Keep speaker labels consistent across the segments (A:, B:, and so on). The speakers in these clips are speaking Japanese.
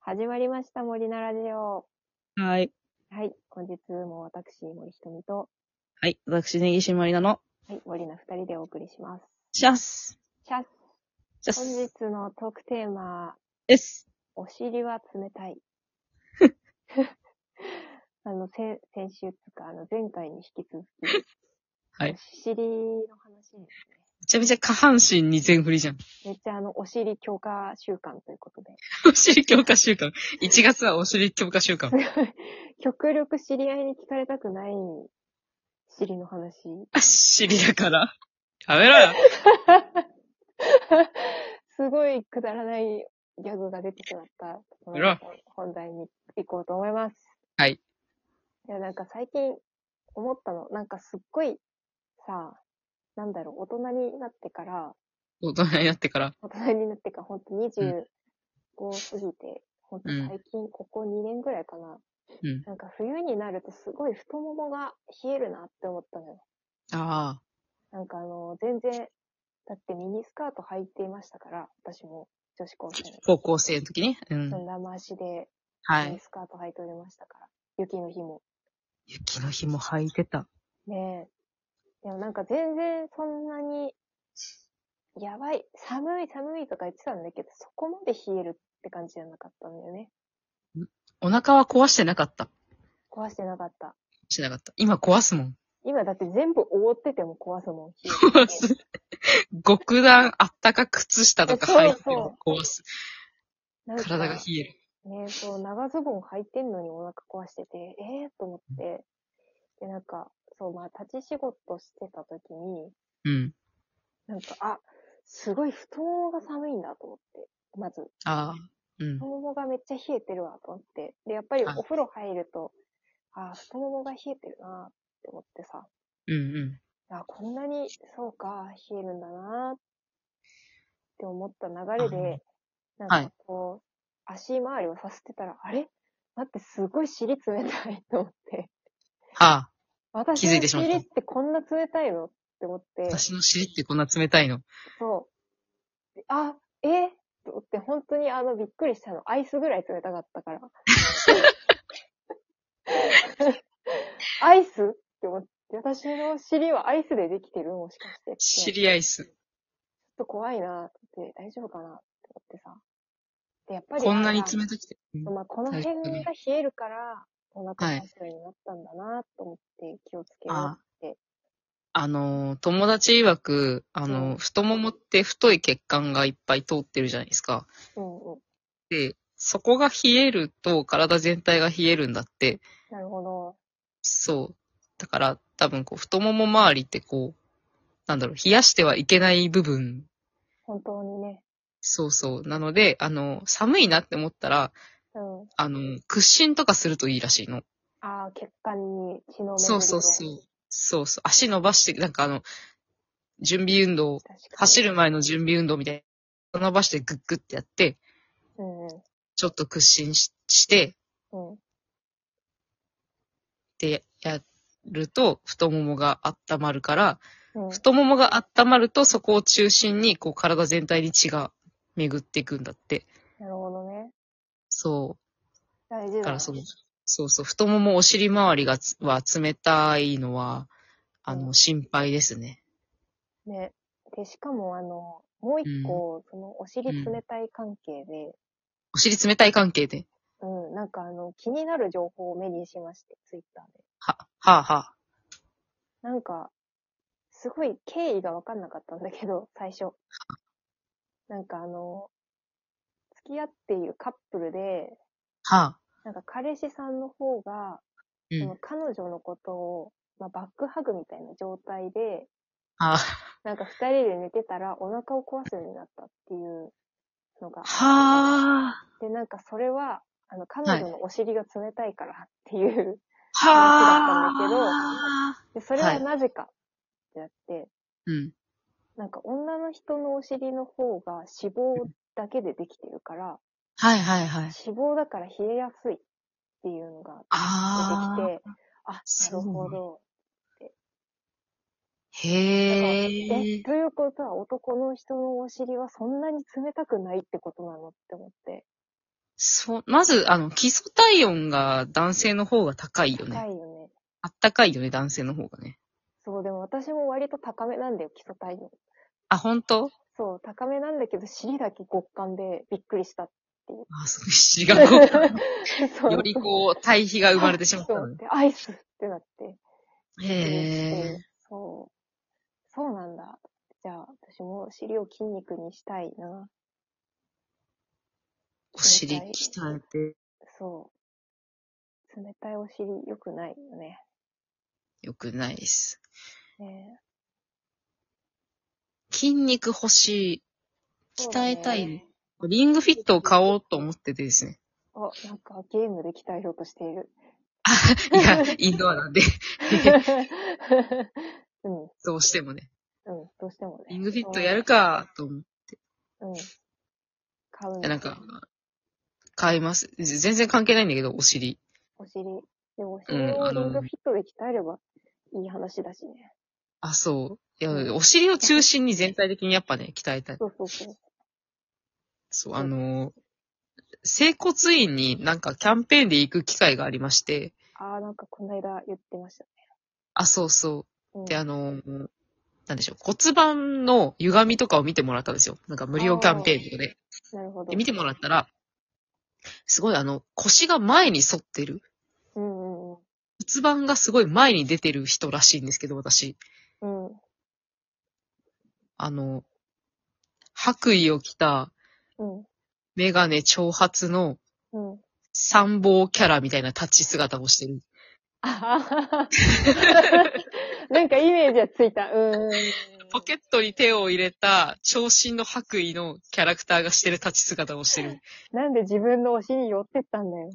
A: 始まりました、森菜ラジオ。
B: はい。
A: はい、本日も私、森ひとみと、
B: はい、私、根岸まりなの。
A: はい、森菜二人でお送りします。
B: シャッス
A: シャッ
B: シャッ
A: ス本
B: ス
A: 日のトークテーマ、
B: です
A: お尻は冷たい。 あの、せ先週つうか、あの、前回に引き続き、
B: はい
A: お尻の話ですね。
B: めちゃめちゃ下半身に全振りじゃん。
A: めっちゃあの、お尻強化習慣ということで、
B: お尻強化週間。1月はお尻強化週間。
A: 極力知り合いに聞かれたくない尻の話。
B: あ尻だから。やめろよ。
A: すごいくだらないギャグが出てしまったところで本題に行こうと思います。
B: はい。
A: いや、なんか最近思ったの、なんかすっごいさ、なんだろう、大人になってから、
B: 大人になってから。
A: 大人になってからほんと25過ぎて、ほんと最近ここ2年ぐらいかな。
B: うん
A: なんか冬になるとすごい太ももが冷えるなって思ったのよ。
B: ああ。
A: なんかあの、全然、だってミニスカート履いていましたから、私も女子高生の時。
B: 高校生の時ね。うん。
A: 生足で
B: は
A: ミニ
B: い。
A: スカート履いておりましたから、雪の日も。
B: 雪の日も履いてた。
A: ねえ。でもなんか全然そんなに、やばい、寒い寒いとか言ってたんだけど、そこまで冷えるって感じじゃなかったんだよね。
B: お腹は壊してなかった。
A: 壊してなかった。
B: しなかった。今壊すもん。
A: 今だって全部覆ってても壊すもん。冷えて
B: 壊す。極暖あったか靴下とか履いても壊す。
A: なんか
B: 体が冷える。
A: ね、そう、長ズボン履いてんのにお腹壊してて、ええー、と思って、で、なんか、そう、まあ、立ち仕事してた時に、
B: うん。
A: なんか、あ、すごい太ももが寒いんだと思って、まず、
B: ああ。うん
A: 太。ももがめっちゃ冷えてるわと思って、で、やっぱり
B: はい
A: お風呂入ると、あ、太ももが冷えてるなって思ってさ、
B: うんうん。
A: あ、こんなに、そうか、冷えるんだなって思った流れで、なん
B: はい
A: かこう、足回りをさせてたら、あれ待って、すごい尻冷たいと思って。
B: はあ。
A: 私
B: 気づい
A: の
B: てしまった
A: 尻ってこんな冷たいのって思って、
B: 私の尻ってこんな冷たいの。
A: そう。あ、えと思って、本当にあの、びっくりしたの。アイスぐらい冷たかった から。アイスって思って、私の尻はアイスでできてるもしかしてって。
B: 尻アイス。
A: ちょっと怖いなって、大丈夫かなって思ってさ。で、やっぱり、
B: こんなに
A: あ
B: 冷たくて。うん
A: まあ、この辺
B: 確
A: が冷えるから、お
B: は
A: 腹
B: い
A: がするようになったんだなと思って気をつけよ
B: あ
A: うって。
B: あのー、友達曰く、あ
A: う
B: の
A: ん
B: ー、太ももって太い血管がいっぱい通ってるじゃないですか。
A: うんうん。
B: で、そこが冷えると体全体が冷えるんだって。
A: なるほど。
B: そう。だから、多分こう、太もも周りってこう、なんだろう、冷やしてはいけない部分。
A: 本当にね。
B: そうそう。なので、あのー、寒いなって思ったら、
A: うん。
B: あのー、屈伸とかするといいらしいの。
A: ああ、血管に血の巡り。
B: そうそうそうう。そうそう。足伸ばして、なんかあの、準備運動、
A: 確かに。
B: 走。る前の準備運動みたいな、伸ばしてグッグってやって、
A: うんうん。
B: ちょっと屈伸しして、
A: うん。
B: で、やると、太ももが温まるから、
A: うん、
B: 太ももが温まると、そこを中心に、こう、体全体に血が巡っていくんだって。
A: なるほどね。
B: そ
A: 大事
B: う。だ
A: だ
B: か
A: な。
B: らその、そうそう、太もも、お尻周りがつ、は冷たいのは、あ
A: う
B: の、
A: ん
B: 心配ですね。
A: ね。で、しかもあの、もう一個、そのお尻冷たい関係で、
B: お尻冷たい関係で。
A: うん、なんかあの、気になる情報を目にしまして、ツイッターで。
B: は、はあ、はあ。
A: なんか、すごい経緯がわかんなかったんだけど、 最初。なんかあの、付き合っているカップルで、
B: はあ。
A: なんか彼氏さんの方が、
B: うん
A: その彼女のことを、まあ、バックハグみたいな状態で、
B: は
A: なんか二人で寝てたらお腹を壊すようになったっていうのが
B: あ。。はあ。
A: で、なんかそれは、あの、彼
B: はい
A: 女のお尻が冷たいからっていう、
B: は
A: 話だ
B: あ。
A: で、それはなぜかってなって、
B: うん。
A: なんか女の人のお尻の方が脂肪だけでできてるから、
B: はいはいはい。
A: 脂肪だから冷えやすいっていうのが
B: あ
A: 出
B: あ。
A: てきて、あ、な
B: そ
A: る
B: う
A: ほど。
B: へ
A: え、
B: え。
A: ということは男の人のお尻はそんなに冷たくないってことなのって思って。
B: そう、まず、あの、基礎体温が男性の方が高い
A: 高
B: よね。
A: いよね。
B: あったかいよね、男性の方がね。
A: そう、でも私も割と高めなんだよ、基礎体温。
B: あ、本当
A: そう、高めなんだけど、尻だけ極寒でびっくりしたって。
B: あ、そう、 違う。
A: そう
B: よりこう、対比が生まれてしまった
A: そ
B: の
A: う
B: ね。
A: で、アイスってなって。
B: へえ。
A: そう。そうなんだ。じゃあ、私も尻を筋肉にしたいな。
B: お尻鍛えて
A: そう。冷たいお尻良くないよね。
B: よくないです。
A: ね
B: 筋肉欲しい。
A: そうだ
B: 鍛
A: ね
B: えたい。リングフィットを買おうと思っててですね。
A: あ、なんかゲームで鍛えようとしてい る。
B: いや、インドアなんで、
A: うん、うん、
B: どうしてもね。
A: どうしてもね。
B: リングフィットやるか、と思っ
A: うん。買うんだ
B: て。なんか、買います。全然関係ないんだけど、お尻。
A: お尻。でもお
B: う
A: 尻
B: ん
A: を
B: あ
A: リ
B: の
A: ングフィットで鍛えればいい話だしね。
B: あ、そう。いや、お尻を中心に全体的にやっぱね、鍛えたい。
A: そうそうそう。
B: そう、あのー、整骨院になんかキャンペーンで行く機会がありまして、
A: ああ、なんかこの間言ってましたね。
B: あ、そうそうう。
A: ん、
B: で、あのー、なんでしょう、骨盤の歪みとかを見てもらったんですよ。なんか無料キャンペーンとかで。
A: なるほど。
B: で、見てもらったら、すごいあの、腰が前に反ってる。
A: うんうん
B: 骨盤がすごい前に出てる人らしいんですけど、私。
A: うん。うん。
B: あの、白衣を着た
A: うん。
B: メガネ長髪の
A: うん。
B: 参謀キャラみたいな立ち姿をしてる。
A: あははなんかイメージはついた。うーん。
B: ポケットに手を入れた長身の白衣のキャラクターがしてる立ち姿をしてる。
A: なんで自分の推しに寄ってったんだよ。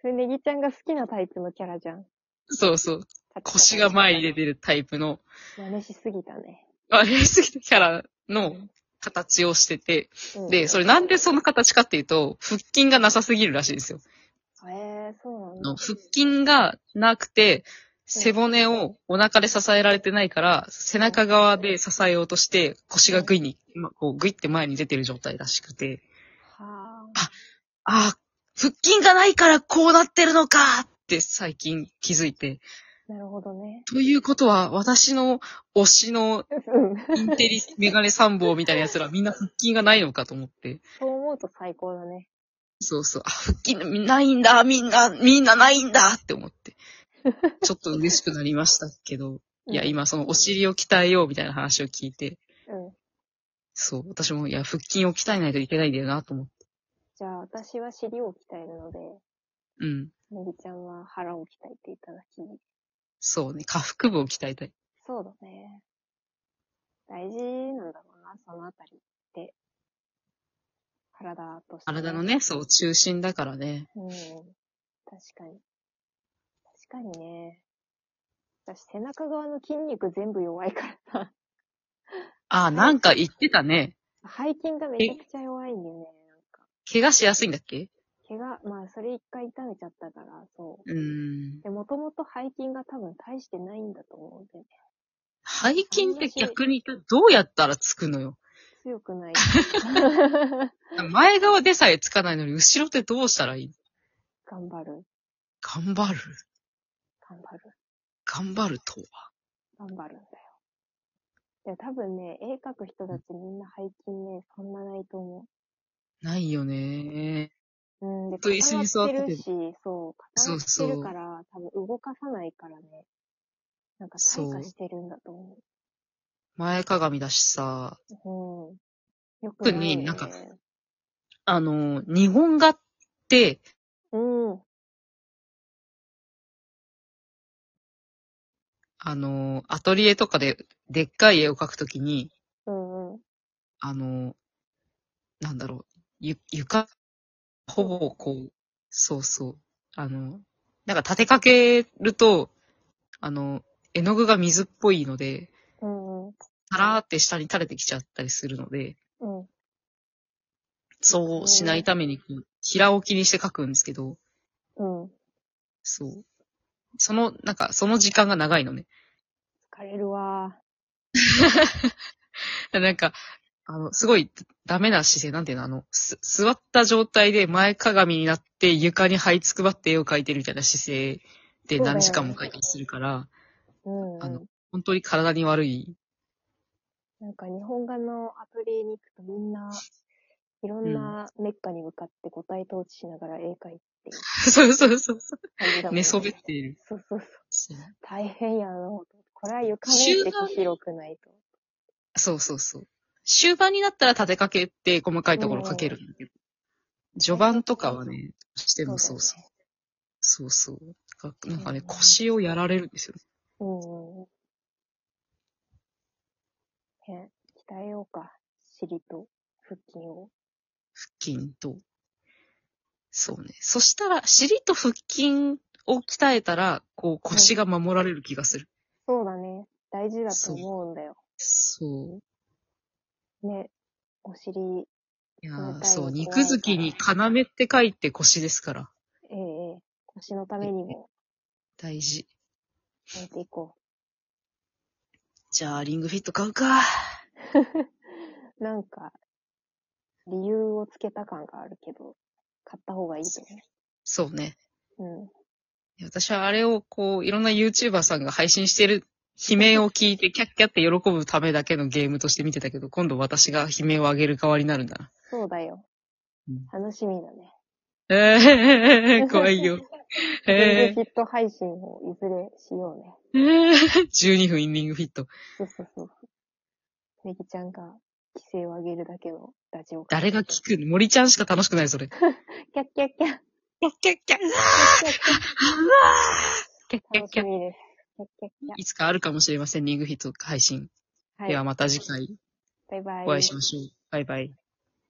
A: それネギちゃんが好きなタイプのキャラじゃん。
B: そうそう。腰が前に出てるタイプの、
A: 真似しすぎたね。
B: 悪いすぎたキャラの形をしてて、
A: うん
B: で、それなんでその形かっていうと、腹筋がなさすぎるらしいんですよ。
A: えー、そうなん
B: あの
A: だ。
B: 腹筋がなくて、背骨をお腹で支えられてないから、背中側で支えようとして、腰がグイに、まこうグイって前に出てる状態らしくて、
A: は
B: ああ、腹筋がないからこうなってるのかって最近気づいて、
A: あ、なるほどね。
B: ということは、私の推しの
A: うん。
B: インテリメガネ参謀みたいな奴らみんな腹筋がないのかと思って。
A: そう思うと最高だね。
B: そうそう。あ、腹筋ないんだ、みんな、みんなないんだって思 って。ちょっと嬉しくなりましたけど。いや、
A: うん。
B: 今そのお尻を鍛えようみたいな話を聞いて、
A: うん。
B: そう、私も、いや、腹筋を鍛えないといけないんだよなと思って。
A: じゃあ、私は尻を鍛えるので、
B: うん。
A: ネギちゃんは腹を鍛えていただき。
B: そうね、下腹部を鍛えたい。
A: そうだね。大事なんだろうな、そのあたりって。体として、
B: 体の。ね、そう、中心だからね。
A: うん。確かに。確かにね。私、背中側の筋肉全部弱いからさ、
B: あ、なんか言ってたね。
A: 背筋がめちゃくちゃ弱いんだよね。なんか、
B: 怪我しやすいんだっけ
A: 怪我、まあ、それ一回痛めちゃったから、そう
B: ーん。
A: う。で、もともと背筋が多分大してないんだと思うんだよね。
B: 背筋って逆にどうやったらつくのよ。
A: 強く ない。
B: 前側でさえつかないのに、後ろってどうしたらいい
A: 頑張る。
B: 頑張る。
A: 頑張る。
B: 頑張るとは。
A: 頑張るんだよ。で、多分ね、絵描く人たちみんな背筋ね、そんなないと思
B: ないよね。
A: う。うん、で、
B: ずっと椅子に座ってて
A: 固まるし、そう、固まってるから、多分動かさないからね、なんか退化してるんだと思
B: 前かがみだしさ、
A: う。うん。よ
B: 特になんかあの、日本画って、
A: うん。
B: あの、アトリエとかで、でっかい絵を描くときに、
A: うんうん。
B: あの、なんだろう、ゆ、床、ほぼこう、そうそう、あの、なんか立てかけると、あの、絵の具が水っぽいので、
A: うんうん。
B: たらーって下に垂れてきちゃったりするので、
A: うん。
B: そうしないためにこう、平置きにして描くんですけど、
A: うん。
B: そう。その、なんか、その時間が長いのね。
A: 疲れるわ。
B: なんか、あの、すごいダメな姿勢、なんていうの、あの、す座った状態で前かがみになって床に這いつくばって絵を描いてるみたいな姿勢で何時間も描いたりするから、
A: うん、うん
B: あの本当に体に悪い。
A: なんか日本画のアトリエに行くとみんな、いろんなメッカに向かって五体統治しながら絵描いてる
B: そうそうそうそ
A: 感じだも
B: う。
A: ん
B: 寝そべっている。
A: そうそうそう。
B: そう
A: 大変やの。これは床面積広くないと。
B: そうそうそう。終盤になったら立てかけって細かいところかけるんだけど。序盤とかはね、どうしてもそうそう。そうそう。なんかなんかね、
A: うん
B: 腰をやられるんですよね。
A: うんうん。へ鍛えようか。尻と腹筋を。
B: 腹筋と。そうね。そしたら、尻と腹筋を鍛えたら、こう腰が守られる気がする。
A: そうだね。大事だと思うんだよ。
B: そう。
A: ね。お尻、
B: いや
A: そう
B: ー
A: だよ
B: そう、
A: ね
B: 肉付きに要って書いて腰ですから。
A: ええええ腰のためにも
B: 大事。
A: 変えていこ
B: じゃあ、リングフィット買うか。
A: う。なんか、理由をつけた感があるけど、買った方がいいと
B: そうね。
A: 思う。
B: 私はあれをこう、いろんな YouTuber さんが配信してる悲鳴を聞いてキャッキャって喜ぶためだけのゲームとして見てたけど、今度私が悲鳴を上げる側になるんだな。
A: うん。そうだよ
B: うん。
A: 楽しみだね。
B: えー、怖いよ。
A: リン
B: え
A: グフィット配信をいずれしようね。
B: ー、えー、12分インリングフィット。
A: そうそうそうそう。ネギちゃんが規制を上げるだけのラジオ。
B: 誰が聞くの森ちゃんしか楽しくない、それ。キ
A: キャッキャッキャッ
B: ャッキャッキャッ、うわ
A: キャッキャッ
B: ー
A: キャッ楽し
B: キャッキャッキャッ。
A: みです。キャッキャッキ
B: いつかあるかもしれません、リングフィット配信。
A: ャッ。
B: で
A: は。
B: はいまた次回
A: バイバイ。
B: お会いしましょう。バイバイ。